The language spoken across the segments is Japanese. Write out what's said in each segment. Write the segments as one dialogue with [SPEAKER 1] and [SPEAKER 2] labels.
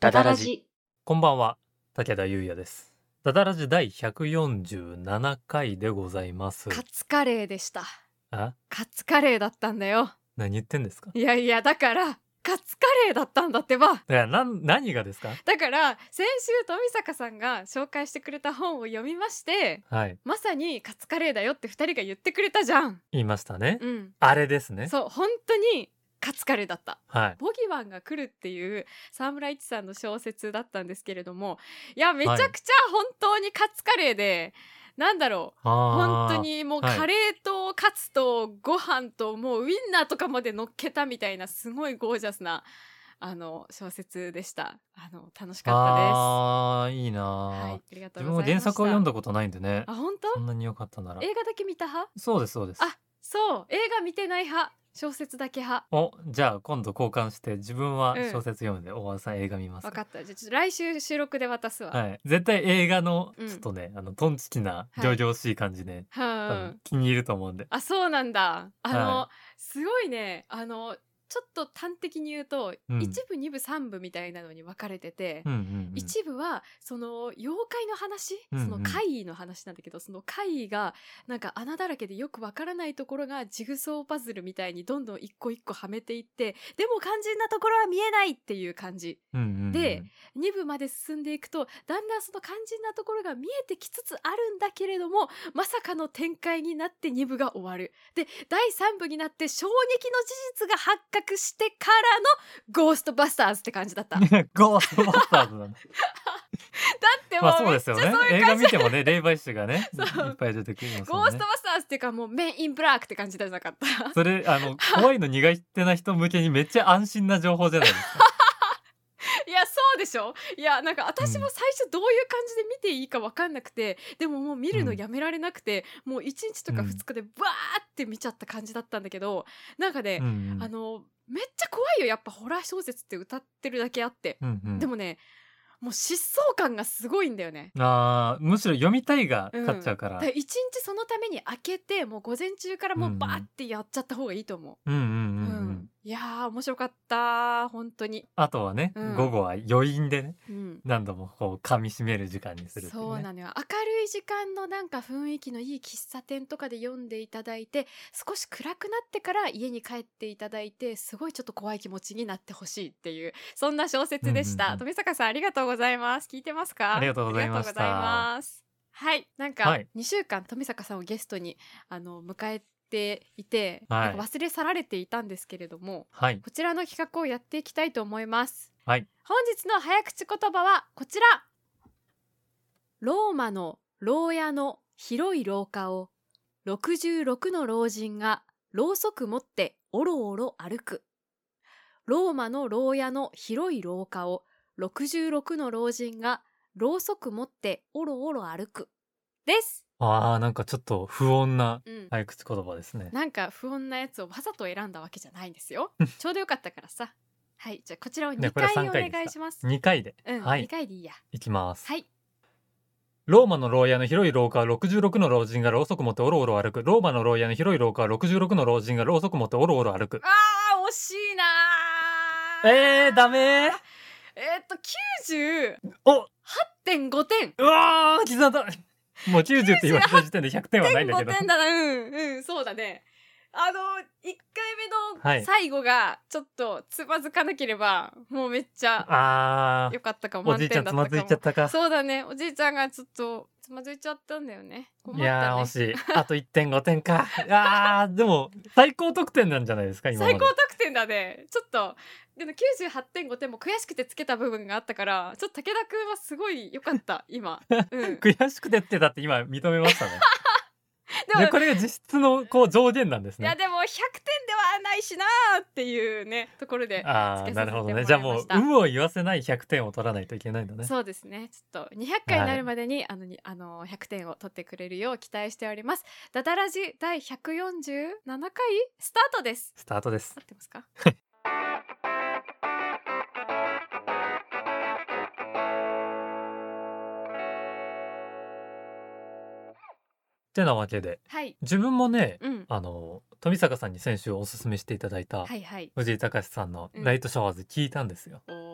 [SPEAKER 1] ダダラジ。
[SPEAKER 2] こんばんは、武田優也です。ダダラジ第147回でございます。
[SPEAKER 3] カツカレーでした
[SPEAKER 2] あ
[SPEAKER 3] カツカレーだったんだよ
[SPEAKER 2] 何言ってんですか
[SPEAKER 3] いやいやだからカツカレーだったんだってば
[SPEAKER 2] いや、なん、何がですか
[SPEAKER 3] だから先週富坂さんが紹介してくれた本を読みまして
[SPEAKER 2] はい、
[SPEAKER 3] まさにカツカレーだよって2人が言ってくれたじゃん
[SPEAKER 2] 言いましたね。
[SPEAKER 3] うん
[SPEAKER 2] あれですね。
[SPEAKER 3] そう本当にカツカレーだった
[SPEAKER 2] はい。
[SPEAKER 3] ボギワンが来るっていう沢村一さんの小説だったんですけれどもいやめちゃくちゃ本当にカツカレーで、なんだろう
[SPEAKER 2] あ
[SPEAKER 3] 本
[SPEAKER 2] ー
[SPEAKER 3] 当。にもう
[SPEAKER 2] はい
[SPEAKER 3] カレーとカツとご飯ともうウインナーとかまで乗っけたみたいなすごいゴージャスなあの小説でしたあの楽しかっ
[SPEAKER 2] あーいいな
[SPEAKER 3] たです
[SPEAKER 2] ー、
[SPEAKER 3] はいありがと
[SPEAKER 2] 自
[SPEAKER 3] うご
[SPEAKER 2] 分も
[SPEAKER 3] ざい
[SPEAKER 2] 原
[SPEAKER 3] ました
[SPEAKER 2] 作を読んだことないんでね
[SPEAKER 3] あ。本当
[SPEAKER 2] そんなに良かったなら。
[SPEAKER 3] 映画だけ見た派
[SPEAKER 2] そうです、そうです。
[SPEAKER 3] あそう映画見てない派小説だけ派
[SPEAKER 2] お、じゃあ今度交換して、自分は
[SPEAKER 3] うん
[SPEAKER 2] 小説読んで、大和さん映画見ます。
[SPEAKER 3] 分かったじゃあちょっと来週収録で渡すわ、
[SPEAKER 2] はい。絶対映画の、
[SPEAKER 3] うん
[SPEAKER 2] ちょっとね、あの、トンチキな、
[SPEAKER 3] はい
[SPEAKER 2] 上々しい感じね、
[SPEAKER 3] は
[SPEAKER 2] 多
[SPEAKER 3] あ
[SPEAKER 2] 分気に入ると思うんで。
[SPEAKER 3] あそうなんだあの、
[SPEAKER 2] は
[SPEAKER 3] すごいねあのちょっと端的に言うと、
[SPEAKER 2] うん
[SPEAKER 3] 一部二部三部みたいなのに分かれてて、
[SPEAKER 2] うんうんうん
[SPEAKER 3] 一部はその妖怪の話、
[SPEAKER 2] うんうん
[SPEAKER 3] その怪異の話なんだけどその怪異がなんか穴だらけでよくわからないところがジグソーパズルみたいにどんどん一個一個はめていってでも肝心なところは見えないっていう感じ
[SPEAKER 2] うんうんうん
[SPEAKER 3] で、2部まで進んでいくとだんだんその肝心なところが見えてきつつあるんだけれどもまさかの展開になって2部が終わるで第3部になって衝撃の事実が発覚してからの「ゴーストバスターズ」って感じだった。だ
[SPEAKER 2] ゴーストバスターズ なんだ
[SPEAKER 3] って も
[SPEAKER 2] まあ
[SPEAKER 3] う
[SPEAKER 2] そう
[SPEAKER 3] め
[SPEAKER 2] で
[SPEAKER 3] っ
[SPEAKER 2] す
[SPEAKER 3] ちゃ
[SPEAKER 2] よ
[SPEAKER 3] そうい
[SPEAKER 2] ね映
[SPEAKER 3] う。
[SPEAKER 2] 画見てもね、霊媒師がね、い
[SPEAKER 3] そう
[SPEAKER 2] っぱい出てきます
[SPEAKER 3] ゴ
[SPEAKER 2] も
[SPEAKER 3] ー
[SPEAKER 2] ん
[SPEAKER 3] ス
[SPEAKER 2] ね
[SPEAKER 3] トバ。スターズっていうかもうメンインブラックって感じじゃなかった
[SPEAKER 2] それ、あの、怖いの苦手な人向けにめっちゃ安心な情報じゃないです か。
[SPEAKER 3] いやそうでしょいやなんか私も最初どういう感じで見ていいか分かんなくて、でももう見るのやめられなくて、もう1日とか
[SPEAKER 2] うん
[SPEAKER 3] 2日でバーって見ちゃった感じだったんだけどなんかね
[SPEAKER 2] う、んうん
[SPEAKER 3] あのめっちゃ怖いよやっぱホラー小説って歌ってるだけあって、
[SPEAKER 2] うんうん
[SPEAKER 3] でもねもう疾走感がすごいんだよね
[SPEAKER 2] あーむしろ読みたいが勝っちゃうから。
[SPEAKER 3] だから1日そのために開けてもう午前中からもうバーってやっちゃった方がいいと思う、
[SPEAKER 2] うんうんうんう
[SPEAKER 3] うんん。いやー面白かった本当に、
[SPEAKER 2] あとはね、
[SPEAKER 3] うん
[SPEAKER 2] 午後は余韻でね、
[SPEAKER 3] うん、
[SPEAKER 2] 何度もこう噛み締める時間にするってい
[SPEAKER 3] そうう
[SPEAKER 2] ね。
[SPEAKER 3] なのよ明るい時間のなんか雰囲気のいい喫茶店とかで読んでいただいて少し暗くなってから家に帰っていただいてすごいちょっと怖い気持ちになってほしいっていうそんな小説でし
[SPEAKER 2] う
[SPEAKER 3] た、
[SPEAKER 2] んうんうん
[SPEAKER 3] 富坂さんありがとうございます聞いてますか
[SPEAKER 2] ありがとうございました
[SPEAKER 3] ありがとうございますはいなん
[SPEAKER 2] は
[SPEAKER 3] か
[SPEAKER 2] い
[SPEAKER 3] 2週間富坂さんをゲストにあの迎えていて、
[SPEAKER 2] はい
[SPEAKER 3] なんか忘れ去られていたんですけれども
[SPEAKER 2] はい。
[SPEAKER 3] こちらの企画をやっていきたいと思います。
[SPEAKER 2] はい。
[SPEAKER 3] 本日の早口言葉はこちら。ローマの牢屋の広い廊下を66の老人がろうそく持っておろおろ歩く。ローマの牢屋の広い廊下を66の老人がろうそく持っておろおろ歩く。です。
[SPEAKER 2] ああ、なんかちょっと不穏な
[SPEAKER 3] うん。
[SPEAKER 2] 早口言葉ですね。
[SPEAKER 3] なんか不穏なやつをわざと選んだわけじゃないんですよ。ちょうどよかったからさ。はい、じゃあこちらを
[SPEAKER 2] ね
[SPEAKER 3] 2
[SPEAKER 2] これ
[SPEAKER 3] 回
[SPEAKER 2] は三
[SPEAKER 3] お
[SPEAKER 2] 回ですか
[SPEAKER 3] 願いします。
[SPEAKER 2] 2回で
[SPEAKER 3] うん、
[SPEAKER 2] はい
[SPEAKER 3] 2回でいいや。
[SPEAKER 2] いきます。
[SPEAKER 3] はい。
[SPEAKER 2] ローマの牢屋の広い廊下は66の老人がろうそく持っておろおろ歩く。ローマの牢屋の広い廊下は66の老人がろうそく持っておろおろ歩く
[SPEAKER 3] あ。あ、惜しいなー。
[SPEAKER 2] えー、ダメー
[SPEAKER 3] えーっと、90
[SPEAKER 2] お
[SPEAKER 3] 点5点。
[SPEAKER 2] うわー刻んだもう90って言われた時点で100点はないんだけ
[SPEAKER 3] 5
[SPEAKER 2] ど。
[SPEAKER 3] 点だな、うん、うん、そうだね。あの、1回
[SPEAKER 2] はい
[SPEAKER 3] 目の最後がちょっとつまずかなければ、もうめっちゃ
[SPEAKER 2] あー
[SPEAKER 3] 良、かったかも。
[SPEAKER 2] おじいちゃん
[SPEAKER 3] 満
[SPEAKER 2] つ
[SPEAKER 3] 点だ
[SPEAKER 2] まず
[SPEAKER 3] ったかも
[SPEAKER 2] いちゃったか。
[SPEAKER 3] そうだね、おじいちゃんがちょっとつまずいちゃったんだよね。困
[SPEAKER 2] い
[SPEAKER 3] ったね
[SPEAKER 2] やー、惜しい。あと1.5点か。あー、でも、最高得点なんじゃないですか、今まで。
[SPEAKER 3] 最高得点だねちょっとでも98.5点も悔しくてつけた部分があったからちょっと武田くんはすごい良か った今、うん、で
[SPEAKER 2] 悔しくてってだって今認めましたね。
[SPEAKER 3] も
[SPEAKER 2] で、これが実質のこう上限なんです
[SPEAKER 3] いや
[SPEAKER 2] ね。
[SPEAKER 3] でも100点ではないしなーっていうねところで
[SPEAKER 2] あー、
[SPEAKER 3] つけ
[SPEAKER 2] な
[SPEAKER 3] させ
[SPEAKER 2] る
[SPEAKER 3] て
[SPEAKER 2] ほ
[SPEAKER 3] も
[SPEAKER 2] ど
[SPEAKER 3] らいま
[SPEAKER 2] ね。
[SPEAKER 3] した
[SPEAKER 2] じゃあもう、有無を言わせない100点を取らないといけないんだね。
[SPEAKER 3] そうですねちょっと200回になるまでに,、あのにあの100点を取ってくれるよう期待しておりますダダラジ第147回スタートです
[SPEAKER 2] スタートです
[SPEAKER 3] 合。ってますか
[SPEAKER 2] てなわけで、
[SPEAKER 3] はい
[SPEAKER 2] 自分もね、
[SPEAKER 3] うん
[SPEAKER 2] あの、富坂さんに先週おすすめしていただいた、
[SPEAKER 3] はいはい
[SPEAKER 2] 藤井隆さんの
[SPEAKER 3] うん
[SPEAKER 2] ライトシャワーズ聞いたんですよ。
[SPEAKER 3] おー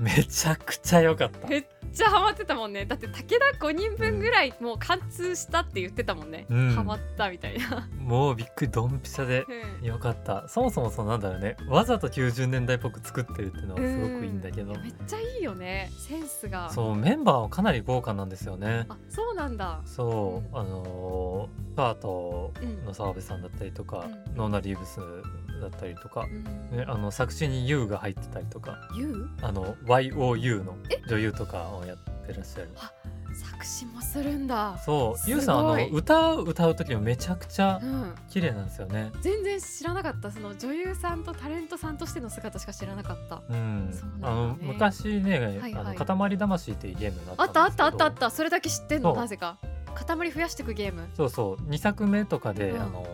[SPEAKER 2] めちゃくちゃ良かった。
[SPEAKER 3] めっちゃハマってたもんねだって武田5人分ぐらいもう貫通したって言ってたもんね、
[SPEAKER 2] うん
[SPEAKER 3] ハマったみたいな、
[SPEAKER 2] もうびっくりドンピシャで良かった。そもそもそうなんだろうね。わざと90年代っぽく作ってるっていうのはすごくいいんだけど
[SPEAKER 3] う。めっちゃいいよねセンスが
[SPEAKER 2] そうメンバーはかなり豪華なんですよね。
[SPEAKER 3] あそうなんだ
[SPEAKER 2] そう、あのーパート
[SPEAKER 3] うん
[SPEAKER 2] の澤部さんだったりとか、
[SPEAKER 3] うん
[SPEAKER 2] ノーナ・リーブスだったりとか
[SPEAKER 3] う、ん
[SPEAKER 2] ね、あの作詞に U が入ってたりとか
[SPEAKER 3] ゆう
[SPEAKER 2] あの YOU の女優とかをやってらっしゃる
[SPEAKER 3] 作詞もするんだ
[SPEAKER 2] そう YOU さんあ
[SPEAKER 3] すごい
[SPEAKER 2] の歌を歌う時もめちゃくちゃ
[SPEAKER 3] うん
[SPEAKER 2] 綺麗なんですよね。
[SPEAKER 3] 全然知らなかったその女優さんとタレントさんとしての姿しか知らなかった
[SPEAKER 2] うん
[SPEAKER 3] そうなんだ
[SPEAKER 2] あの
[SPEAKER 3] ね
[SPEAKER 2] 昔ね、
[SPEAKER 3] はい
[SPEAKER 2] あ
[SPEAKER 3] は
[SPEAKER 2] の
[SPEAKER 3] い
[SPEAKER 2] 塊魂っていうゲームが
[SPEAKER 3] あ
[SPEAKER 2] あ
[SPEAKER 3] っ
[SPEAKER 2] った
[SPEAKER 3] あ
[SPEAKER 2] たんですけど
[SPEAKER 3] ったあったあったそれだけ知ってんの
[SPEAKER 2] そう
[SPEAKER 3] なぜか塊増やしていくゲーム
[SPEAKER 2] そうそう2作目とかで、
[SPEAKER 3] うん
[SPEAKER 2] あの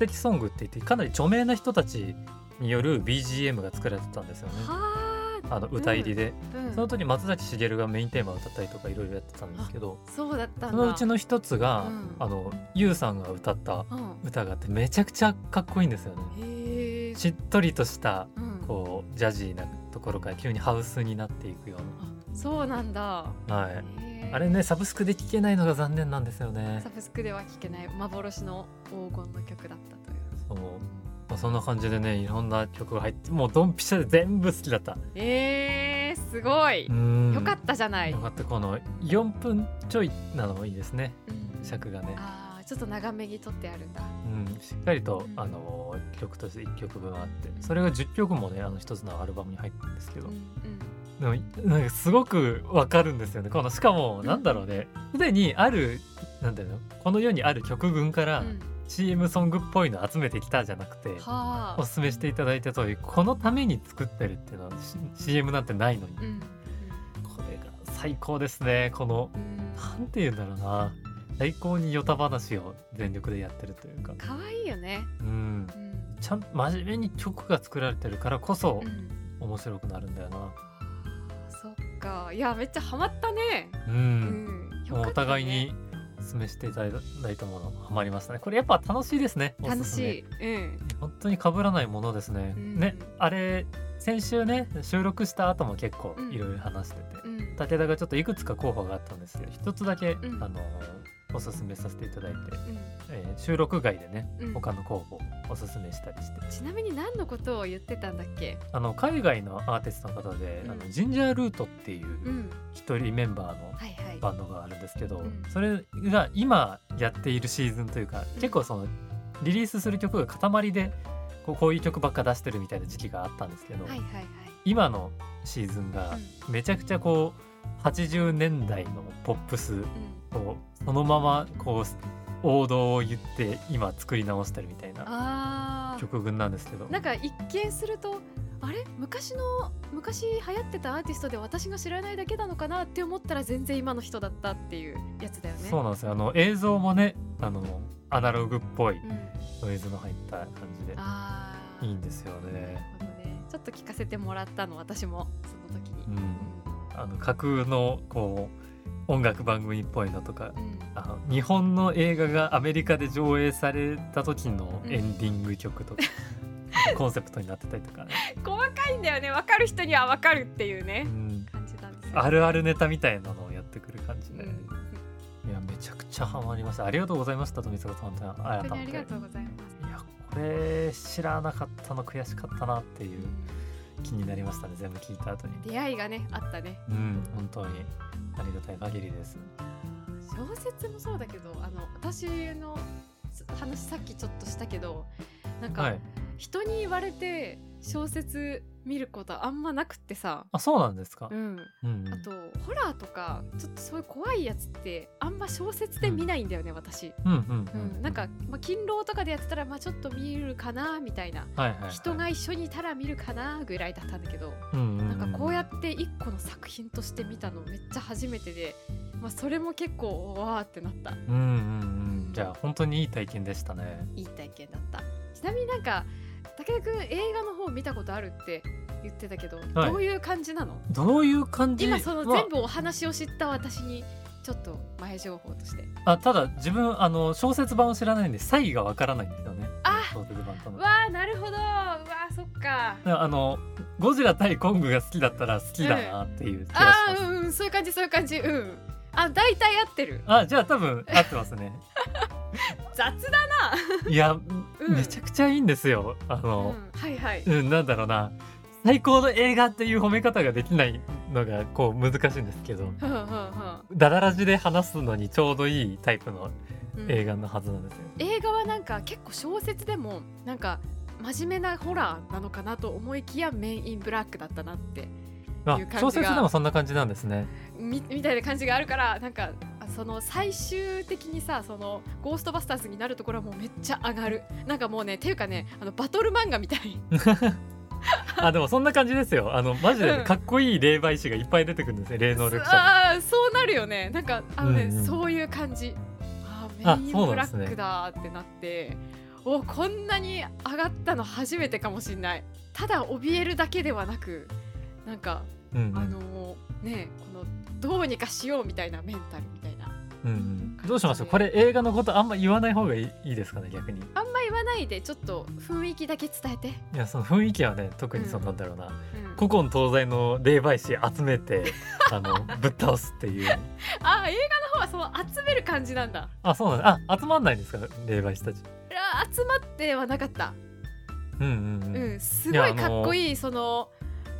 [SPEAKER 2] 素敵ソングって言ってかなり著名な人たちによる BGM が作られてたんですよね
[SPEAKER 3] はあ
[SPEAKER 2] あの歌入りで、
[SPEAKER 3] うん
[SPEAKER 2] その時松崎しげるがメインテーマを歌ったりとかいろいろやってたんですけど
[SPEAKER 3] そうだったんだ
[SPEAKER 2] そのうちの一つが、
[SPEAKER 3] うん
[SPEAKER 2] あのゆうさんが歌った
[SPEAKER 3] うん
[SPEAKER 2] 歌があってめちゃくちゃかっこいいんですよね
[SPEAKER 3] へえ
[SPEAKER 2] しっとりとした
[SPEAKER 3] うん
[SPEAKER 2] こうジャジーなところから急にハウスになっていくよう
[SPEAKER 3] あそうなんだ
[SPEAKER 2] なはい
[SPEAKER 3] へー
[SPEAKER 2] あれねサブスクで聴けないのが残念なんですよね
[SPEAKER 3] サブスクでは聴けない幻の黄金の曲だったという
[SPEAKER 2] そうまあそんな感じでねいろんな曲が入ってもうドンピシャで全部好きだった
[SPEAKER 3] えー、すごい、よ
[SPEAKER 2] よ
[SPEAKER 3] かったじゃない、
[SPEAKER 2] よかったこの4分ちょいなのもいいですね
[SPEAKER 3] うん
[SPEAKER 2] 尺がね、
[SPEAKER 3] あーちょっと長めに撮ってあるんだ
[SPEAKER 2] うん、しっかりと、
[SPEAKER 3] うん
[SPEAKER 2] あの曲として1曲分あってそれが10曲もねあの1つのアルバムに入ってるんですけど
[SPEAKER 3] うん、うん
[SPEAKER 2] でもなんかすごくわかるんですよねこのしかもなんだろうねすでにあるなんだろうこの世にある曲群から
[SPEAKER 3] うん
[SPEAKER 2] CM ソングっぽいの集めてきたじゃなくて、
[SPEAKER 3] は
[SPEAKER 2] お
[SPEAKER 3] あ
[SPEAKER 2] すすめしていただいた通りこのために作ってるっていうのは C- CM なんてないのに、
[SPEAKER 3] うんうん
[SPEAKER 2] これが最高ですねこの
[SPEAKER 3] うん
[SPEAKER 2] なんて言うんだろうな最高にヨタ話を全力でやってるというか、
[SPEAKER 3] 可愛いよね
[SPEAKER 2] うん、
[SPEAKER 3] うん
[SPEAKER 2] ちゃん真面目に曲が作られてるからこそ
[SPEAKER 3] うん
[SPEAKER 2] 面白くなるんだよな、
[SPEAKER 3] そっかいやめっちゃハマったね
[SPEAKER 2] うん
[SPEAKER 3] うんよ
[SPEAKER 2] も
[SPEAKER 3] かった
[SPEAKER 2] うお
[SPEAKER 3] ね
[SPEAKER 2] 互いにお勧めしていただいたものハマりましたねこれやっぱ楽しいですねお
[SPEAKER 3] 楽
[SPEAKER 2] すすめ
[SPEAKER 3] しいうん
[SPEAKER 2] 本当に被らないものですね、
[SPEAKER 3] うん
[SPEAKER 2] ねあれ先週ね収録した後も結構
[SPEAKER 3] うん
[SPEAKER 2] いろいろ話してて、
[SPEAKER 3] うん
[SPEAKER 2] 武田がちょっといくつか候補があったんですけど一つだけ、
[SPEAKER 3] ん
[SPEAKER 2] あのおすすめさせていただいて、
[SPEAKER 3] うん
[SPEAKER 2] えー収録外でね
[SPEAKER 3] うん
[SPEAKER 2] 他の候補をおすすめしたりして
[SPEAKER 3] ちなみに何のことを言ってたんだっけ
[SPEAKER 2] あの海外のアーティストの方で、
[SPEAKER 3] うん
[SPEAKER 2] あのジンジャールートっていううん一人メンバーの
[SPEAKER 3] はいはい
[SPEAKER 2] バンドがあるんですけど、
[SPEAKER 3] うん
[SPEAKER 2] それが今やっているシーズンというか
[SPEAKER 3] うん
[SPEAKER 2] 結構そのリリースする曲が塊でこうこういう曲ばっか出してるみたいな時期があったんですけど、
[SPEAKER 3] はいはいはい
[SPEAKER 2] 今のシーズンがめちゃくちゃこう80年代のポップス
[SPEAKER 3] うん
[SPEAKER 2] をそのままこう王道を言って今作り直してるみたいな
[SPEAKER 3] あー
[SPEAKER 2] 曲群なんですけど
[SPEAKER 3] なんか一見するとあれ昔の昔流行ってたアーティストで私が知らないだけなのかなって思ったら全然今の人だったっていうやつだよね。
[SPEAKER 2] そうなんですよあの映像もねあのアナログっぽい
[SPEAKER 3] うん、
[SPEAKER 2] ノイズの入った感じで
[SPEAKER 3] あー
[SPEAKER 2] いいんですよね。
[SPEAKER 3] なるほどねちょっと聞かせてもらったの私もその時に
[SPEAKER 2] う。ん、あの架空のこう音楽番組っぽいのとか
[SPEAKER 3] うんうん
[SPEAKER 2] あの日本の映画がアメリカで上映された時のエンディング曲 とか、コンセプトになってたりとかね、
[SPEAKER 3] 細かいんだよね分かる人には分かるっていう
[SPEAKER 2] う
[SPEAKER 3] ね
[SPEAKER 2] ん、
[SPEAKER 3] 感じなんですよ。
[SPEAKER 2] あるあるネタみたいなのをやってくる感じ
[SPEAKER 3] う
[SPEAKER 2] で、
[SPEAKER 3] ん
[SPEAKER 2] いやめちゃくちゃハマりましたありがとうございました富坂さん本当に
[SPEAKER 3] 本当にあ
[SPEAKER 2] 改め
[SPEAKER 3] り
[SPEAKER 2] てい
[SPEAKER 3] が
[SPEAKER 2] や
[SPEAKER 3] とうございます。
[SPEAKER 2] これ知らなかったの悔しかったなっていう気になりましたね全部聞いた後に
[SPEAKER 3] 出会いがねあったね。
[SPEAKER 2] うん本当にありがたい限りです
[SPEAKER 3] 小説もそうだけどあの私のす話さっきちょっとしたけどなんか、
[SPEAKER 2] はい
[SPEAKER 3] 人に言われて小説見ることあんまなくってさ、
[SPEAKER 2] あそうなんですか、
[SPEAKER 3] うん、
[SPEAKER 2] うんうん
[SPEAKER 3] あとホラーとかちょっとそういう怖いやつってあんま小説で見ないんだよね私、
[SPEAKER 2] うんうん
[SPEAKER 3] う
[SPEAKER 2] うんん、
[SPEAKER 3] なんか、まあ、勤労とかでやってたら、まあ、ちょっと見るかなみたいな、
[SPEAKER 2] はいはいはい、
[SPEAKER 3] 人が一緒にいたら見るかなぐらいだったんだけど、
[SPEAKER 2] な
[SPEAKER 3] なんかこうや
[SPEAKER 2] て
[SPEAKER 3] って一個の作品として見たのめっちゃ初めてで、まあ、それも結構わーってなった
[SPEAKER 2] うんうんうんじゃあ本当にいい体験でしたね
[SPEAKER 3] いい体験だったちなみになんか武田君映画の方見たことあるって言ってたけど、
[SPEAKER 2] はい
[SPEAKER 3] どういう感じなの
[SPEAKER 2] どういう感じ
[SPEAKER 3] 今その
[SPEAKER 2] まあ
[SPEAKER 3] 全部お話を知った私にちょっと前情報として
[SPEAKER 2] あただ自分あの小説版を知らないんで差異がわからないんですよね
[SPEAKER 3] あ
[SPEAKER 2] 小説版との。
[SPEAKER 3] わあなるほどうわあそっか
[SPEAKER 2] あのゴジラ対コングが好きだったら好きだなっていう気がし
[SPEAKER 3] あ
[SPEAKER 2] ます。
[SPEAKER 3] ーうんうんそういう感じそういう感じうんあ大体合ってる
[SPEAKER 2] あじゃあ多分合ってます ね。
[SPEAKER 3] 雑だ
[SPEAKER 2] いや、
[SPEAKER 3] うん
[SPEAKER 2] めちゃくちゃいいんですよ。あ
[SPEAKER 3] うん
[SPEAKER 2] の、
[SPEAKER 3] はいはい
[SPEAKER 2] うん、なんだろうな最高の映画っていう褒め方ができないのがこう難しいんですけど。
[SPEAKER 3] はあはあはあ
[SPEAKER 2] ダダラジで話すのにちょうどいいタイプの
[SPEAKER 3] うん
[SPEAKER 2] 映画のはずなんですよ。
[SPEAKER 3] 映画はなんか結構小説でもなんか真面目なホラーなのかなと思いきやメインインブラックだったなって
[SPEAKER 2] あ
[SPEAKER 3] いう感じが
[SPEAKER 2] 小説でもそんな感じなんですね。
[SPEAKER 3] みみたいな感じがあるからなんかあその最終的にさそのゴーストバスターズになるところはもうめっちゃ上がるなんかもうねっていうかねあのバトル漫画みたい
[SPEAKER 2] あでもそんな感じですよ。あのマジ
[SPEAKER 3] う
[SPEAKER 2] で
[SPEAKER 3] ん
[SPEAKER 2] かっこいい霊媒師がいっぱい出てくるんですね霊能力者が。
[SPEAKER 3] あーそうなるよねなんかあのね、
[SPEAKER 2] うんうん
[SPEAKER 3] そういう感じあー
[SPEAKER 2] あ
[SPEAKER 3] メイン
[SPEAKER 2] そう
[SPEAKER 3] ブ
[SPEAKER 2] なん
[SPEAKER 3] ラ
[SPEAKER 2] ですね
[SPEAKER 3] ックだってなっておこんなに上がったの初めてかもしんないただ怯えるだけではなくなんか
[SPEAKER 2] うんうん
[SPEAKER 3] あのーねこのどうにかしようみたいなメンタルみたいな
[SPEAKER 2] うんうんどうしますこれ映画のことあんま言わない方がいいいいですかね逆に。
[SPEAKER 3] あんま言わないでちょっと雰囲気だけ伝えて、
[SPEAKER 2] いやその雰囲気はね特にそうなんだろうな、
[SPEAKER 3] うん
[SPEAKER 2] 古今東西の霊媒師集め てあのぶっ倒すっていう
[SPEAKER 3] あ映画の方はその集める感じなんだ
[SPEAKER 2] あそうなんあ集まんないんですか霊媒師たち
[SPEAKER 3] あ集まってはなかった、
[SPEAKER 2] うんうん
[SPEAKER 3] う
[SPEAKER 2] うんん、
[SPEAKER 3] すごいかっこいいその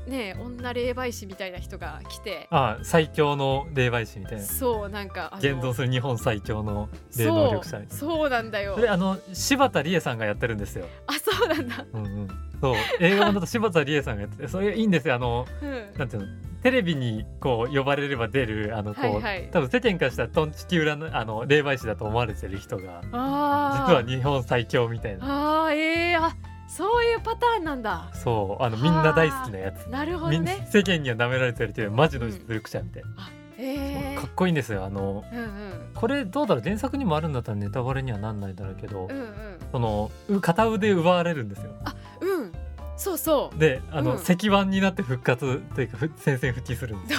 [SPEAKER 3] ね女霊媒師みたいな人が来て
[SPEAKER 2] あ最強の霊媒師みたいな
[SPEAKER 3] そうなんかあの
[SPEAKER 2] 現存する日本最強の霊能力者みたいな
[SPEAKER 3] そうそうなんだよ
[SPEAKER 2] それあの柴田理恵さんがやってるんですよ、
[SPEAKER 3] あそうなんだ、
[SPEAKER 2] うんうん、そう映画版だと柴田理恵さんがやっててそれいいんですよあの
[SPEAKER 3] うん、
[SPEAKER 2] なんていうのテレビにこう呼ばれれば出るあのこう、
[SPEAKER 3] はいはい
[SPEAKER 2] 多分世間からしたらトンチキ裏のあの霊媒師だと思われてる人が
[SPEAKER 3] あー
[SPEAKER 2] 実は日本最強みたいな
[SPEAKER 3] あーえー、あそういうパターンなんだ
[SPEAKER 2] そうあのみんな大好きなやつ、
[SPEAKER 3] なるほ
[SPEAKER 2] み
[SPEAKER 3] ど
[SPEAKER 2] ん
[SPEAKER 3] ね
[SPEAKER 2] 世間には舐められてるというマジの実力者みたいな、
[SPEAKER 3] え
[SPEAKER 2] かっこいいんですよあの
[SPEAKER 3] ー、うんうん
[SPEAKER 2] これどうだろう原作にもあるんだったらネタバレにはなんないだろうけど、
[SPEAKER 3] うんうん
[SPEAKER 2] そのう片腕奪われるんですよ
[SPEAKER 3] うんそうそう
[SPEAKER 2] であの、
[SPEAKER 3] うん
[SPEAKER 2] 石板になって復活というかふ戦線復帰す るんですよ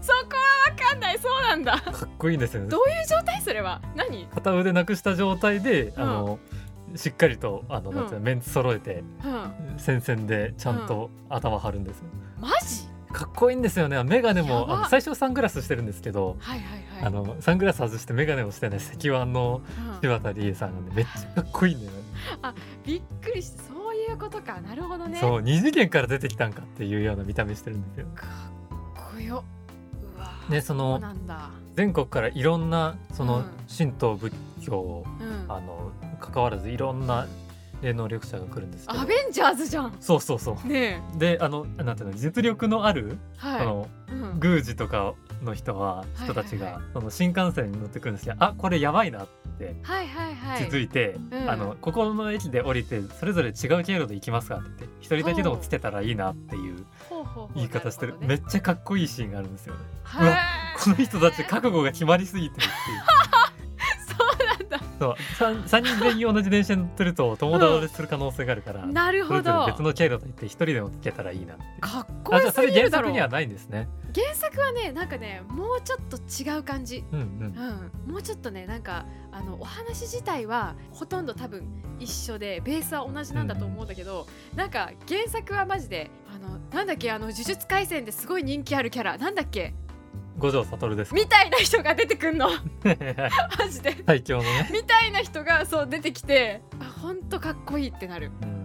[SPEAKER 3] そこは分かんないそうなんだ
[SPEAKER 2] かっこいいんですよね
[SPEAKER 3] どういう状態それは何
[SPEAKER 2] 片腕なくした状態であの、しっかりとあの
[SPEAKER 3] うん
[SPEAKER 2] なんていうのメンツ揃えて
[SPEAKER 3] うん
[SPEAKER 2] 戦線でちゃんと頭張るんですよ、
[SPEAKER 3] マジ
[SPEAKER 2] かっこいいんですよねメガネ
[SPEAKER 3] や
[SPEAKER 2] も
[SPEAKER 3] ば
[SPEAKER 2] あの最初サングラスしてるんですけど
[SPEAKER 3] はいはいはい
[SPEAKER 2] あのサングラス外してメガネをしてね石腕の
[SPEAKER 3] うん
[SPEAKER 2] 柴田理恵さんがねめっちゃかっこいいんだよね
[SPEAKER 3] びっくりしてそういうことかなるほどね
[SPEAKER 2] そう二次元から出てきたんかっていうような見た目してるんですよ
[SPEAKER 3] かっこようわ
[SPEAKER 2] でそ
[SPEAKER 3] そう
[SPEAKER 2] の
[SPEAKER 3] なんだ
[SPEAKER 2] 全国からいろんなそうの
[SPEAKER 3] ん
[SPEAKER 2] 神道仏教
[SPEAKER 3] うん
[SPEAKER 2] あの関わらずいろんな霊能力者が来るんですけど
[SPEAKER 3] アベンジャーズじゃん
[SPEAKER 2] そうそうそう
[SPEAKER 3] ね
[SPEAKER 2] であのなんていうの実力のある、
[SPEAKER 3] えは
[SPEAKER 2] あ
[SPEAKER 3] い
[SPEAKER 2] の
[SPEAKER 3] うん
[SPEAKER 2] 宮司とかの人は
[SPEAKER 3] はい
[SPEAKER 2] 人たちが、
[SPEAKER 3] はい
[SPEAKER 2] その新幹線に乗ってくるんですけどあこれやばいなって
[SPEAKER 3] はいはいはい
[SPEAKER 2] 気づいて、
[SPEAKER 3] うん
[SPEAKER 2] あのここの駅で降りてそれぞれ違う経路で行きますかって言って一人だけでもつけたらいいなっていう
[SPEAKER 3] ほうほうほう
[SPEAKER 2] 言い方してる
[SPEAKER 3] なほど
[SPEAKER 2] め
[SPEAKER 3] ね
[SPEAKER 2] っちゃかっこいいシーンがあるんですよね。
[SPEAKER 3] はいう
[SPEAKER 2] わこの人たち覚悟が決まりすぎてるっていう
[SPEAKER 3] そうなんだ
[SPEAKER 2] そう三三人全員同じ電車に乗ってると友倒れする可能性があるから、
[SPEAKER 3] なる
[SPEAKER 2] そ
[SPEAKER 3] ほ
[SPEAKER 2] れ
[SPEAKER 3] ど
[SPEAKER 2] ぞれ別の経路と言って一人でもつけたらいいなっていう
[SPEAKER 3] かっこ
[SPEAKER 2] あじゃ
[SPEAKER 3] よ
[SPEAKER 2] あそ
[SPEAKER 3] す
[SPEAKER 2] れ
[SPEAKER 3] ぎ
[SPEAKER 2] 原
[SPEAKER 3] るだ
[SPEAKER 2] 作
[SPEAKER 3] ろう
[SPEAKER 2] にはないんですね。
[SPEAKER 3] 原作はねなんかねもうちょっと違う感じ
[SPEAKER 2] うんうん
[SPEAKER 3] うん、もうちょっとねなんかあのお話自体はほとんど多分一緒でベースは同じなんだと思うんだけど、なんか原作はマジであのなんだっけあの呪術廻戦ですごい人気あるキャラなんだっけ
[SPEAKER 2] 五条悟です。
[SPEAKER 3] みたいな人が出てくんの
[SPEAKER 2] 最
[SPEAKER 3] マジで
[SPEAKER 2] 強のね。
[SPEAKER 3] みたいな人がそう出てきてあほんとかっこいいってなる
[SPEAKER 2] うん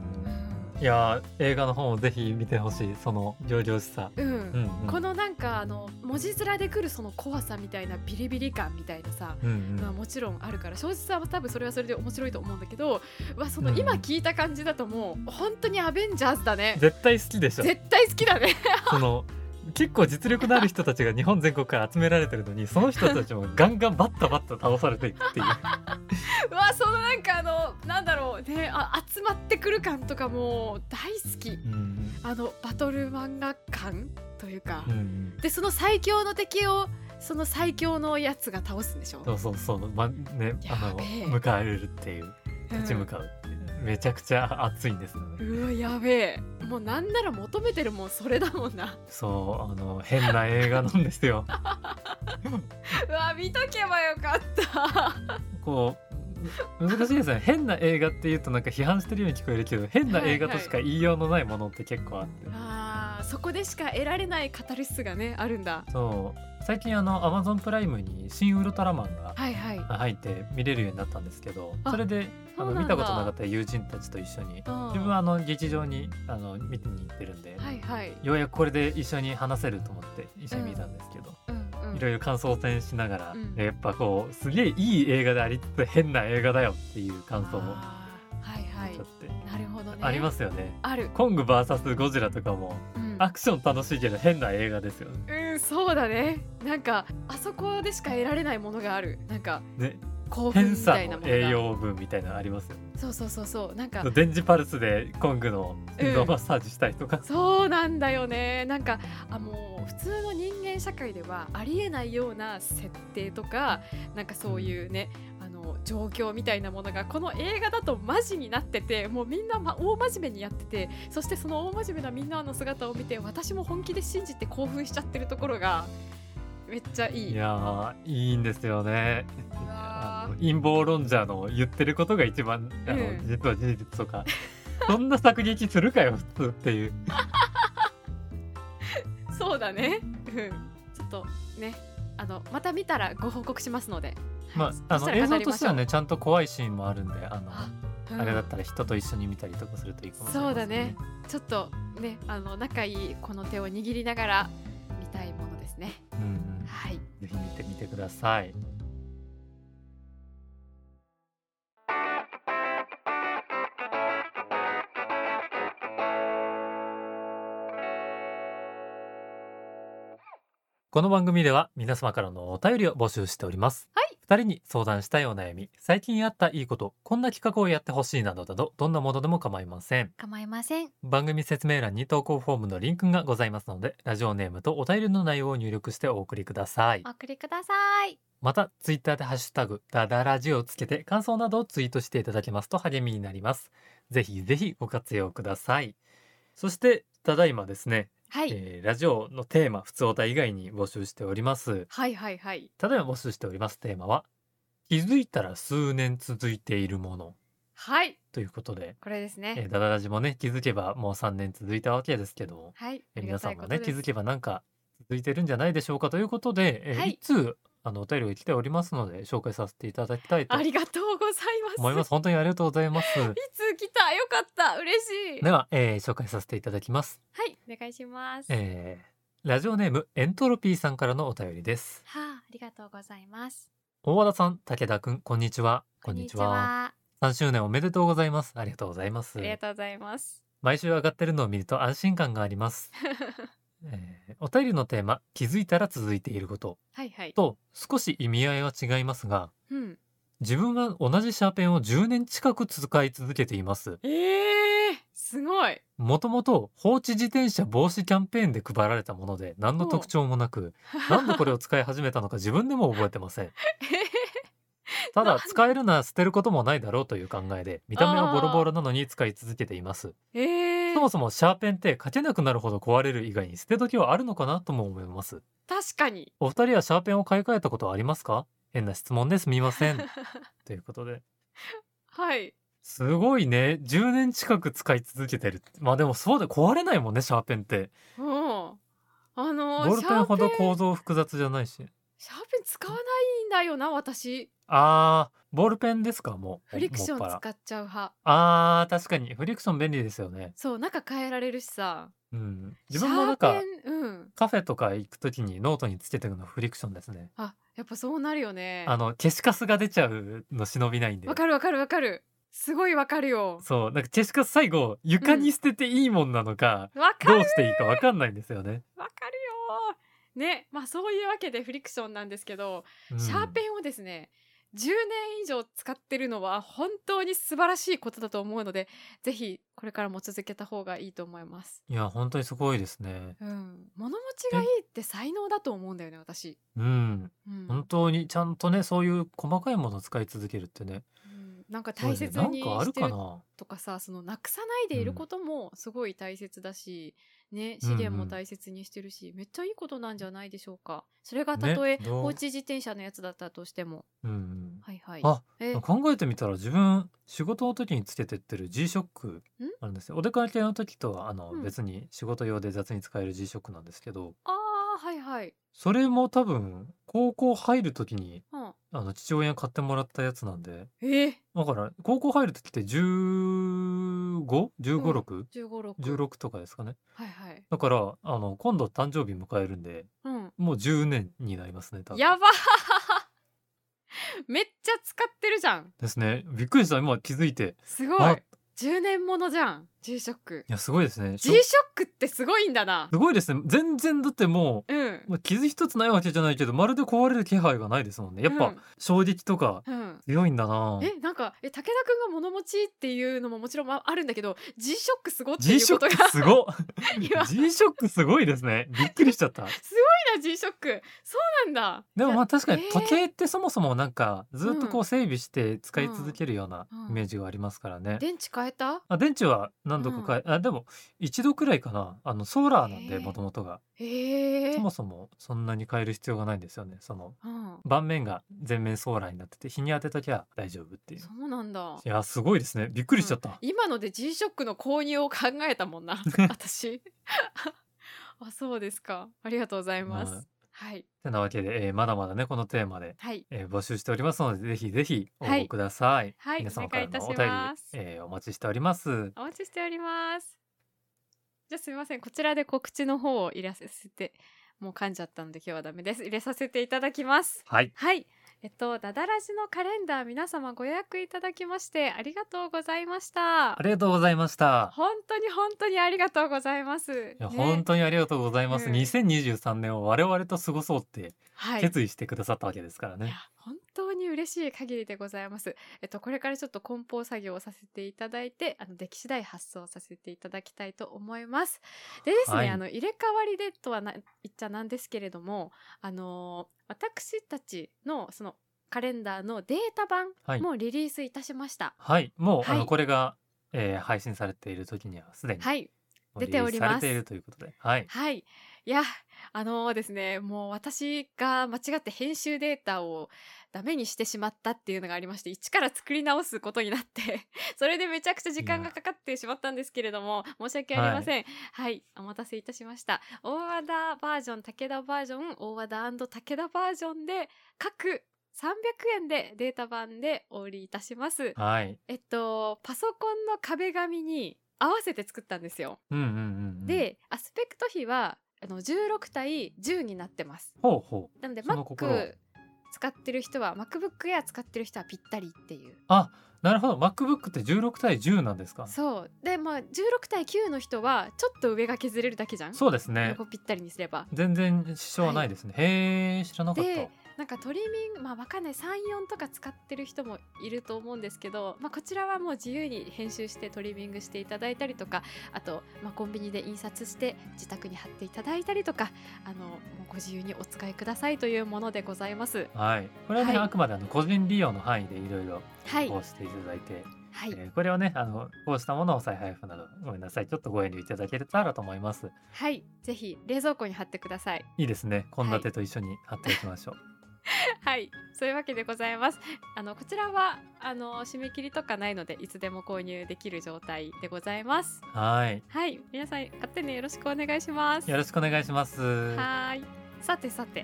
[SPEAKER 2] いやー映画の方もぜひ見てほしいその上々しさ。
[SPEAKER 3] うん、
[SPEAKER 2] うんうん。
[SPEAKER 3] このなんかあの文字面で来るその怖さみたいなビリビリ感みたいなさ
[SPEAKER 2] うん
[SPEAKER 3] のはもちろんあるから庄司さんは多分それはそれで面白いと思うんだけどわその
[SPEAKER 2] うん
[SPEAKER 3] 今聞いた感じだともう本当にアベンジャーズだ
[SPEAKER 2] う
[SPEAKER 3] ね
[SPEAKER 2] ん。絶対好きでしょ。
[SPEAKER 3] 絶対好きだね
[SPEAKER 2] その結構実力のある人たちが日本全国から集められてるのにその人たちもガンガンバッタバッタ倒されていくっていう
[SPEAKER 3] うわそのなんかあのなんだろうねあ集まってくる感とかもう大好き
[SPEAKER 2] うん
[SPEAKER 3] あのバトル漫画感というか、
[SPEAKER 2] うん、うん
[SPEAKER 3] でその最強の敵をその最強のやつが倒すんでしょ
[SPEAKER 2] そうそうそう、まね、あ
[SPEAKER 3] やべえ
[SPEAKER 2] の迎えるっていう立ち向
[SPEAKER 3] う
[SPEAKER 2] かうっていう、めちゃくちゃ熱いんですよね。
[SPEAKER 3] んうわやべえもうなんなら求めてるもんそれだもんな
[SPEAKER 2] そうあの変な映画なんです よ
[SPEAKER 3] うわ見とけばよかった
[SPEAKER 2] こう難しいですね変な映画っていうとなんか批判してるように聞こえるけど変な映画としか言いようのないものって結構あって、
[SPEAKER 3] あーそこでしか得られないカタルシスがねあるんだ
[SPEAKER 2] そう最近あのアマゾンプライムに「新ウルトラマン」が
[SPEAKER 3] はいはいうん
[SPEAKER 2] 入って見れるようになったんですけど
[SPEAKER 3] あ
[SPEAKER 2] それであ
[SPEAKER 3] そう
[SPEAKER 2] の
[SPEAKER 3] なんだ
[SPEAKER 2] 見たことなかった友人たちと一緒に自分はあの劇場にあの見に行ってるんで、
[SPEAKER 3] はいはい
[SPEAKER 2] ようやくこれで一緒に話せると思って一緒に見たんですけど、
[SPEAKER 3] うんうん
[SPEAKER 2] いろいろ感想戦しながら、
[SPEAKER 3] うん
[SPEAKER 2] やっぱこうすげえいい映画でありつつ変な映画だよっていう感想も
[SPEAKER 3] あーはいは
[SPEAKER 2] ちょっ
[SPEAKER 3] い
[SPEAKER 2] と
[SPEAKER 3] なるほどね
[SPEAKER 2] ありますよね。
[SPEAKER 3] ある
[SPEAKER 2] コング VS ゴジラとかも
[SPEAKER 3] うん
[SPEAKER 2] アクション楽しいけど変な映画ですよね。
[SPEAKER 3] うんそうだねなんかあそこでしか得られないものがあるなんか
[SPEAKER 2] ね、
[SPEAKER 3] 興奮
[SPEAKER 2] 偏
[SPEAKER 3] みた
[SPEAKER 2] 差
[SPEAKER 3] いなも
[SPEAKER 2] の
[SPEAKER 3] のが
[SPEAKER 2] 栄養分みたいなのありますよね。
[SPEAKER 3] そうそうそうそうなんか
[SPEAKER 2] 電磁パルスでコングの心臓マッサージしたりとか、
[SPEAKER 3] そうなんだよねなんかあもう普通の人間社会ではありえないような設定とかなんかそういうね、あの状況みたいなものがこの映画だとマジになっててもうみんな、ま、大真面目にやっててそしてその大真面目なみんなの姿を見て私も本気で信じて興奮しちゃってるところがめっちゃいい。
[SPEAKER 2] いやーいいんですよね。
[SPEAKER 3] うわ
[SPEAKER 2] あ
[SPEAKER 3] ー
[SPEAKER 2] の陰謀論者の言ってることが一番あの、
[SPEAKER 3] うん
[SPEAKER 2] 実は事実とか そんな作劇するかよ普通っていう
[SPEAKER 3] そうだね。うんちょっとね、あのまた見たらご報告しますので。
[SPEAKER 2] ま
[SPEAKER 3] はい
[SPEAKER 2] ああ
[SPEAKER 3] そし
[SPEAKER 2] の
[SPEAKER 3] たら
[SPEAKER 2] 映
[SPEAKER 3] 語
[SPEAKER 2] 像
[SPEAKER 3] り
[SPEAKER 2] と
[SPEAKER 3] ま
[SPEAKER 2] し
[SPEAKER 3] ょ
[SPEAKER 2] ては
[SPEAKER 3] う
[SPEAKER 2] ねちゃんと怖いシーンもあるんであの
[SPEAKER 3] あうん
[SPEAKER 2] あれだったら人と一緒に見たりとかするといいかもしれ
[SPEAKER 3] そ
[SPEAKER 2] な
[SPEAKER 3] う
[SPEAKER 2] いで
[SPEAKER 3] だ
[SPEAKER 2] すね
[SPEAKER 3] ね。ちょっとね、あの仲いいこの手を握りながら見たいものですね。
[SPEAKER 2] うんうん
[SPEAKER 3] はい。
[SPEAKER 2] ぜひ見てみてくださいこの番組では皆様からのお便りを募集しております
[SPEAKER 3] はい
[SPEAKER 2] 二人に相談したいお悩み最近あったいいことこんな企画をやってほしいなどなどどんなものでも構いません
[SPEAKER 3] 構いません。
[SPEAKER 2] 番組説明欄に投稿フォームのリンクがございますのでラジオネームとお便りの内容を入力してお送りください
[SPEAKER 3] お送りください。
[SPEAKER 2] またツイッターでハッシュタグダダラジをつけて感想などをツイートしていただけますと励みになりますぜひぜひご活用くださいそしてただいまですね、
[SPEAKER 3] はい。
[SPEAKER 2] えーラジオのテーマ普通お題以外に募集しております
[SPEAKER 3] はいはいはい。
[SPEAKER 2] ただいま募集しておりますテーマは気づいたら数年続いているもの
[SPEAKER 3] はい。
[SPEAKER 2] ということで、
[SPEAKER 3] これです
[SPEAKER 2] え
[SPEAKER 3] ね。
[SPEAKER 2] ーダダラジもね気づけばもう3年続いたわけですけども
[SPEAKER 3] はい。
[SPEAKER 2] え皆さんも
[SPEAKER 3] も
[SPEAKER 2] ね気づけばなんか続いてるんじゃないでしょうかということで、えー
[SPEAKER 3] はい
[SPEAKER 2] い、つあのお便りが来ておりますので紹介させていただきたいと
[SPEAKER 3] ありがとうございます。
[SPEAKER 2] 思います。本当にありがとうございます。
[SPEAKER 3] いつ来たよかった嬉しい。
[SPEAKER 2] では、えー紹介させていただきます、
[SPEAKER 3] はいお願いします。は
[SPEAKER 2] えーラジオネームエントロピーさんからのお便りです。
[SPEAKER 3] あありがとうございます。
[SPEAKER 2] 大和田さん、武田くん、こんにちは。こんにちは。3周年おめでとうございます。ありがとうございます
[SPEAKER 3] こんにちはあ。りがとうございます。
[SPEAKER 2] 毎週上がってるのを見ると安心感があり ます。えーお便りのテーマ、気づいたら続いていること
[SPEAKER 3] はいはい。
[SPEAKER 2] と少し意味合いは違いますが、
[SPEAKER 3] うん。
[SPEAKER 2] 自分は同じシャーペンを10年近く使い続けています。
[SPEAKER 3] ええー、すごい。
[SPEAKER 2] もともと放置自転車防止キャンペーンで配られたもので何の特徴もなく、 なんでこれを使い始めたのか自分でも覚えてません。ただ使えるなら捨てることもないだろうという考えで、見た目はボロボロなのに使い続けています。
[SPEAKER 3] ええ
[SPEAKER 2] そもそもシャーペンって書けなくなるほど壊れる以外に捨て時はあるのかなとも思います。
[SPEAKER 3] 確かに。
[SPEAKER 2] お二人はシャーペンを買い替えたことはありますか変な質問ですみませ ん。ということで。
[SPEAKER 3] はい。
[SPEAKER 2] すごいね。10年近く使い続けてる。まあでもそうで壊れないもんね、シャーペンって。
[SPEAKER 3] うん。あ
[SPEAKER 2] ボ
[SPEAKER 3] の
[SPEAKER 2] ール
[SPEAKER 3] シ
[SPEAKER 2] ペン
[SPEAKER 3] ャー
[SPEAKER 2] ほ
[SPEAKER 3] ペン
[SPEAKER 2] ど構造複雑じゃないし。
[SPEAKER 3] シャーペン使わないんだよな私。
[SPEAKER 2] あー、ボールペンですかもう。
[SPEAKER 3] フリクシ
[SPEAKER 2] もっ
[SPEAKER 3] ョン
[SPEAKER 2] ぱら
[SPEAKER 3] 使っちゃう派。
[SPEAKER 2] あー、確かに。フリクション便利ですよね。
[SPEAKER 3] そう中変えられるしさ。
[SPEAKER 2] うん。自分もなんか
[SPEAKER 3] シャー、ペンうん。
[SPEAKER 2] カフェとか行くときにノートにつけてるのフリクションですね。
[SPEAKER 3] あやっぱそうなるよね。
[SPEAKER 2] あの、消しカスが出ちゃうの忍びないんで
[SPEAKER 3] わ。かるわかるわかる。すごいわかるよ。
[SPEAKER 2] そう。なんか消しカス最後、床に捨てていいもんなのか、
[SPEAKER 3] わか
[SPEAKER 2] どう
[SPEAKER 3] る
[SPEAKER 2] していいかわかんないんですよね。
[SPEAKER 3] わかるよ。ねまあそういうわけでフリクションなんですけど、
[SPEAKER 2] うん
[SPEAKER 3] シャーペンをですね。10年以上使ってるのは本当に素晴らしいことだと思うので、ぜひこれからも続けた方がいいと思います。
[SPEAKER 2] いや、本当にすごいですね。
[SPEAKER 3] うん、物持ちがいいって才能だと思うんだよね私、
[SPEAKER 2] うん。
[SPEAKER 3] うん
[SPEAKER 2] 本当にちゃんとねそういう細かいものを使い続けるってね
[SPEAKER 3] うんなんか
[SPEAKER 2] そう
[SPEAKER 3] 大
[SPEAKER 2] ですね
[SPEAKER 3] 切に
[SPEAKER 2] なんかある
[SPEAKER 3] して
[SPEAKER 2] か
[SPEAKER 3] る
[SPEAKER 2] な
[SPEAKER 3] とかさそのなくさないでいることもすごい大切だし、ね、資源も大切にしてるし、めっちゃいいことなんじゃないでしょうかそれがたとえ、
[SPEAKER 2] ねどう
[SPEAKER 3] 放置自転車のやつだったとしても
[SPEAKER 2] うん
[SPEAKER 3] はいはい
[SPEAKER 2] あ
[SPEAKER 3] え
[SPEAKER 2] うん、考えてみたら自分仕事の時につけてってる G ショックあるんですよお出かけの時とはあの、
[SPEAKER 3] うん
[SPEAKER 2] 別に仕事用で雑に使える G ショックなんですけど
[SPEAKER 3] あーはいはい、
[SPEAKER 2] それも多分高校入る時に
[SPEAKER 3] うん、
[SPEAKER 2] あの父親に買ってもらったやつなんで
[SPEAKER 3] えー、
[SPEAKER 2] だから高校入る時って15151616
[SPEAKER 3] 1 5 6
[SPEAKER 2] とかですかね
[SPEAKER 3] はいはい
[SPEAKER 2] だからあの今度誕生日迎えるんで
[SPEAKER 3] うん
[SPEAKER 2] もう10年になりますね多分
[SPEAKER 3] やば めっちゃ使ってるじゃん
[SPEAKER 2] ですねびっくりした今気づいて
[SPEAKER 3] すご
[SPEAKER 2] あ
[SPEAKER 3] い10年ものじゃん G ショック
[SPEAKER 2] いやすごいですねし
[SPEAKER 3] G
[SPEAKER 2] ょ
[SPEAKER 3] ショックってすごいんだな
[SPEAKER 2] すごいですね全然だってもう
[SPEAKER 3] うん
[SPEAKER 2] まあ、傷一つないわけじゃないけどまるで壊れる気配がないですもんねやっぱ、衝撃とか
[SPEAKER 3] うん、うん
[SPEAKER 2] 強いんだな
[SPEAKER 3] えなんかえ武田くんが物持ちっていうのももちろんまあるんだけど G ショックすごってい
[SPEAKER 2] G
[SPEAKER 3] う
[SPEAKER 2] ショ
[SPEAKER 3] こ
[SPEAKER 2] ッ
[SPEAKER 3] とが
[SPEAKER 2] クすご
[SPEAKER 3] 今
[SPEAKER 2] G ショックすごいですねびっくりしちゃった
[SPEAKER 3] すごいな G ショックそうなんだ
[SPEAKER 2] でもまあ
[SPEAKER 3] い
[SPEAKER 2] 確かに
[SPEAKER 3] えー
[SPEAKER 2] 時計ってそもそもなんかずっとこう整備して使い続けるような
[SPEAKER 3] うんうん
[SPEAKER 2] イメージがありますからね、
[SPEAKER 3] や電池変えた
[SPEAKER 2] あ電池は何度か変え、あでも一度くらいかなあのソーラーなん
[SPEAKER 3] え
[SPEAKER 2] で
[SPEAKER 3] ー
[SPEAKER 2] もともとが、
[SPEAKER 3] へえ
[SPEAKER 2] そもそもそんなに変える必要がないんですよねその
[SPEAKER 3] うん、
[SPEAKER 2] 盤面が全面ソーラーになってて日に当てときゃ大丈夫っていう
[SPEAKER 3] そうなんだ
[SPEAKER 2] いやすごいですねびっくりしちゃった、
[SPEAKER 3] 今ので G ショックの購入を考えたも んな私 あそうですかありがとうございます、
[SPEAKER 2] はい
[SPEAKER 3] はい
[SPEAKER 2] てなわけで、えーまだまだねこのテーマで、
[SPEAKER 3] はい
[SPEAKER 2] えー募集しておりますのでぜひぜひ応
[SPEAKER 3] はい
[SPEAKER 2] 募ください、
[SPEAKER 3] はい
[SPEAKER 2] 皆様
[SPEAKER 3] お
[SPEAKER 2] か
[SPEAKER 3] 願い
[SPEAKER 2] ら
[SPEAKER 3] い
[SPEAKER 2] の
[SPEAKER 3] たし
[SPEAKER 2] お便り、
[SPEAKER 3] ます
[SPEAKER 2] えーお待ちしております
[SPEAKER 3] お待ちしておりますじゃあすみませんこちらで告知の方を入れさせてもう噛んじゃったので今日はダメです入れさせていただきます
[SPEAKER 2] はい
[SPEAKER 3] はい。えっと、ダダラジのカレンダー皆様ご予約いただきましてありがとうございました
[SPEAKER 2] あ。りがとうございました
[SPEAKER 3] 本当に本当にありがとうございます。
[SPEAKER 2] いや、
[SPEAKER 3] ね
[SPEAKER 2] 本当にありがとうございます、
[SPEAKER 3] うん
[SPEAKER 2] 2023年を我々と過ごそうって
[SPEAKER 3] はい。
[SPEAKER 2] 決意してくださったわけですから
[SPEAKER 3] い
[SPEAKER 2] ね
[SPEAKER 3] や、本当に嬉しい限りでございます。えっと、これからちょっと梱包作業をさせていただいて、あの、出来次第発送させていただきたいと思います。でですね、
[SPEAKER 2] はい
[SPEAKER 3] あの、入れ替わりでとはな言っちゃなんですけれども、あのー私たちの、その、カレンダーのデータ版
[SPEAKER 2] はい
[SPEAKER 3] もリリースいたしました。
[SPEAKER 2] はいもう、あ
[SPEAKER 3] は
[SPEAKER 2] の
[SPEAKER 3] い
[SPEAKER 2] これが、えー配信されている時にはすでに
[SPEAKER 3] はい
[SPEAKER 2] もう
[SPEAKER 3] 出ております
[SPEAKER 2] リリースされているということではい
[SPEAKER 3] はい。いや、あのですね、もう私が間違って編集データをダメにしてしまったっていうのがありまして、一から作り直すことになって、 それでめちゃくちゃ時間がかかってしまったんですけれども、申し訳ありません。はい、お待たせいたしました。大和田バージョン、武田バージョン、大和田武田バージョンで、各300円でデータ版でお売りいたします。
[SPEAKER 2] はい
[SPEAKER 3] えっと、パソコンの壁紙に合わせて作ったんですよ。
[SPEAKER 2] うんうんうんうん
[SPEAKER 3] で、アスペクト比はあの16対10になってます
[SPEAKER 2] ほうほう
[SPEAKER 3] なので
[SPEAKER 2] その心は
[SPEAKER 3] Mac 使ってる人は MacBook Air 使ってる人はぴったりっていう
[SPEAKER 2] なるほど MacBook って16対10なんですか
[SPEAKER 3] そうでまあ16対9の人はちょっと上が削れるだけじゃん
[SPEAKER 2] そうですね
[SPEAKER 3] 横ぴったりにすれば
[SPEAKER 2] 全然支障はないですね、へえ知らなかった
[SPEAKER 3] でなんかトリミングまあわかんない34とか使ってる人もいると思うんですけど、まあ、こちらはもう自由に編集してトリミングしていただいたりとかあと、まあ、コンビニで印刷して自宅に貼っていただいたりとかあのもうご自由にお使いくださいというものでございます。
[SPEAKER 2] はい、これはね、
[SPEAKER 3] はい
[SPEAKER 2] あくまであの個人利用の範囲でいろいろ
[SPEAKER 3] はい、
[SPEAKER 2] こうしていただいて、
[SPEAKER 3] はい
[SPEAKER 2] えーこれをねあのこうしたものを再配布などごめんなさいちょっとご遠慮いただけたらと思います
[SPEAKER 3] はい、ぜひ冷蔵庫に貼ってください。
[SPEAKER 2] いいですね献立と一緒に貼っておきましょう、
[SPEAKER 3] はい、そういうわけでございます。あのこちらはあの締め切りとかないのでいつでも購入できる状態でございます。
[SPEAKER 2] はい
[SPEAKER 3] はい、皆さん勝手によろしくお願いします。
[SPEAKER 2] よろしくお願いしますは
[SPEAKER 3] はーい。さてさて、
[SPEAKER 2] い、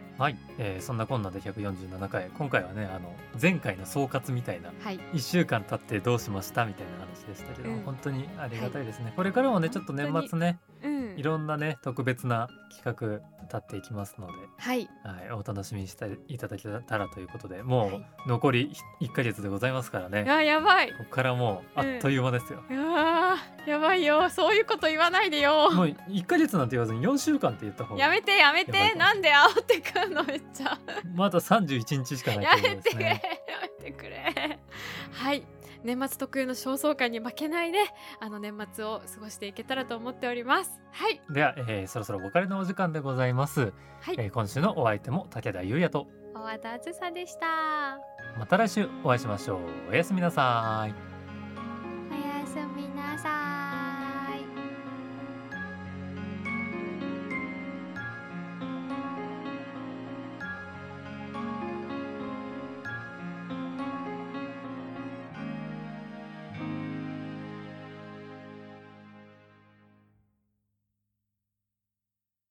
[SPEAKER 2] えーそんなこんなで147回今回はねあの前回の総括みたいな
[SPEAKER 3] はい、
[SPEAKER 2] 1週間経ってどうしましたみたいな話でしたけど、
[SPEAKER 3] うん
[SPEAKER 2] 本当にありがたいですね、これからもねちょっと年
[SPEAKER 3] 本当
[SPEAKER 2] 末ね
[SPEAKER 3] うん
[SPEAKER 2] い、ろんなね特別な企画立っていきますので
[SPEAKER 3] はい、
[SPEAKER 2] はい、お楽しみにしていただけたらということでも
[SPEAKER 3] は
[SPEAKER 2] う残り1ヶ月でございますからね、
[SPEAKER 3] あやばい、
[SPEAKER 2] ここからもうあっという間ですよ、
[SPEAKER 3] あーやばいよ、そういうこと言わないでよ。
[SPEAKER 2] もう1ヶ月なんて言わずに4週間って言った方が
[SPEAKER 3] やめてやめ
[SPEAKER 2] やばい
[SPEAKER 3] て、
[SPEAKER 2] かも
[SPEAKER 3] なんで煽ってくんのめっちゃ。
[SPEAKER 2] まだ31日しかな
[SPEAKER 3] や
[SPEAKER 2] いという
[SPEAKER 3] め
[SPEAKER 2] こと
[SPEAKER 3] て
[SPEAKER 2] です
[SPEAKER 3] くれ、や
[SPEAKER 2] ね
[SPEAKER 3] めてくれ。はい、年末特有の焦燥感に負けないであの年末を過ごしていけたらと思っておりますはい
[SPEAKER 2] では、えーそろそろお別れのお時間でございます、
[SPEAKER 3] はい、
[SPEAKER 2] えー今週のお相手も武田優也と
[SPEAKER 3] 大和田あずさでした
[SPEAKER 2] また来週お会いしましょうおやすみなさい
[SPEAKER 3] おやすみなさい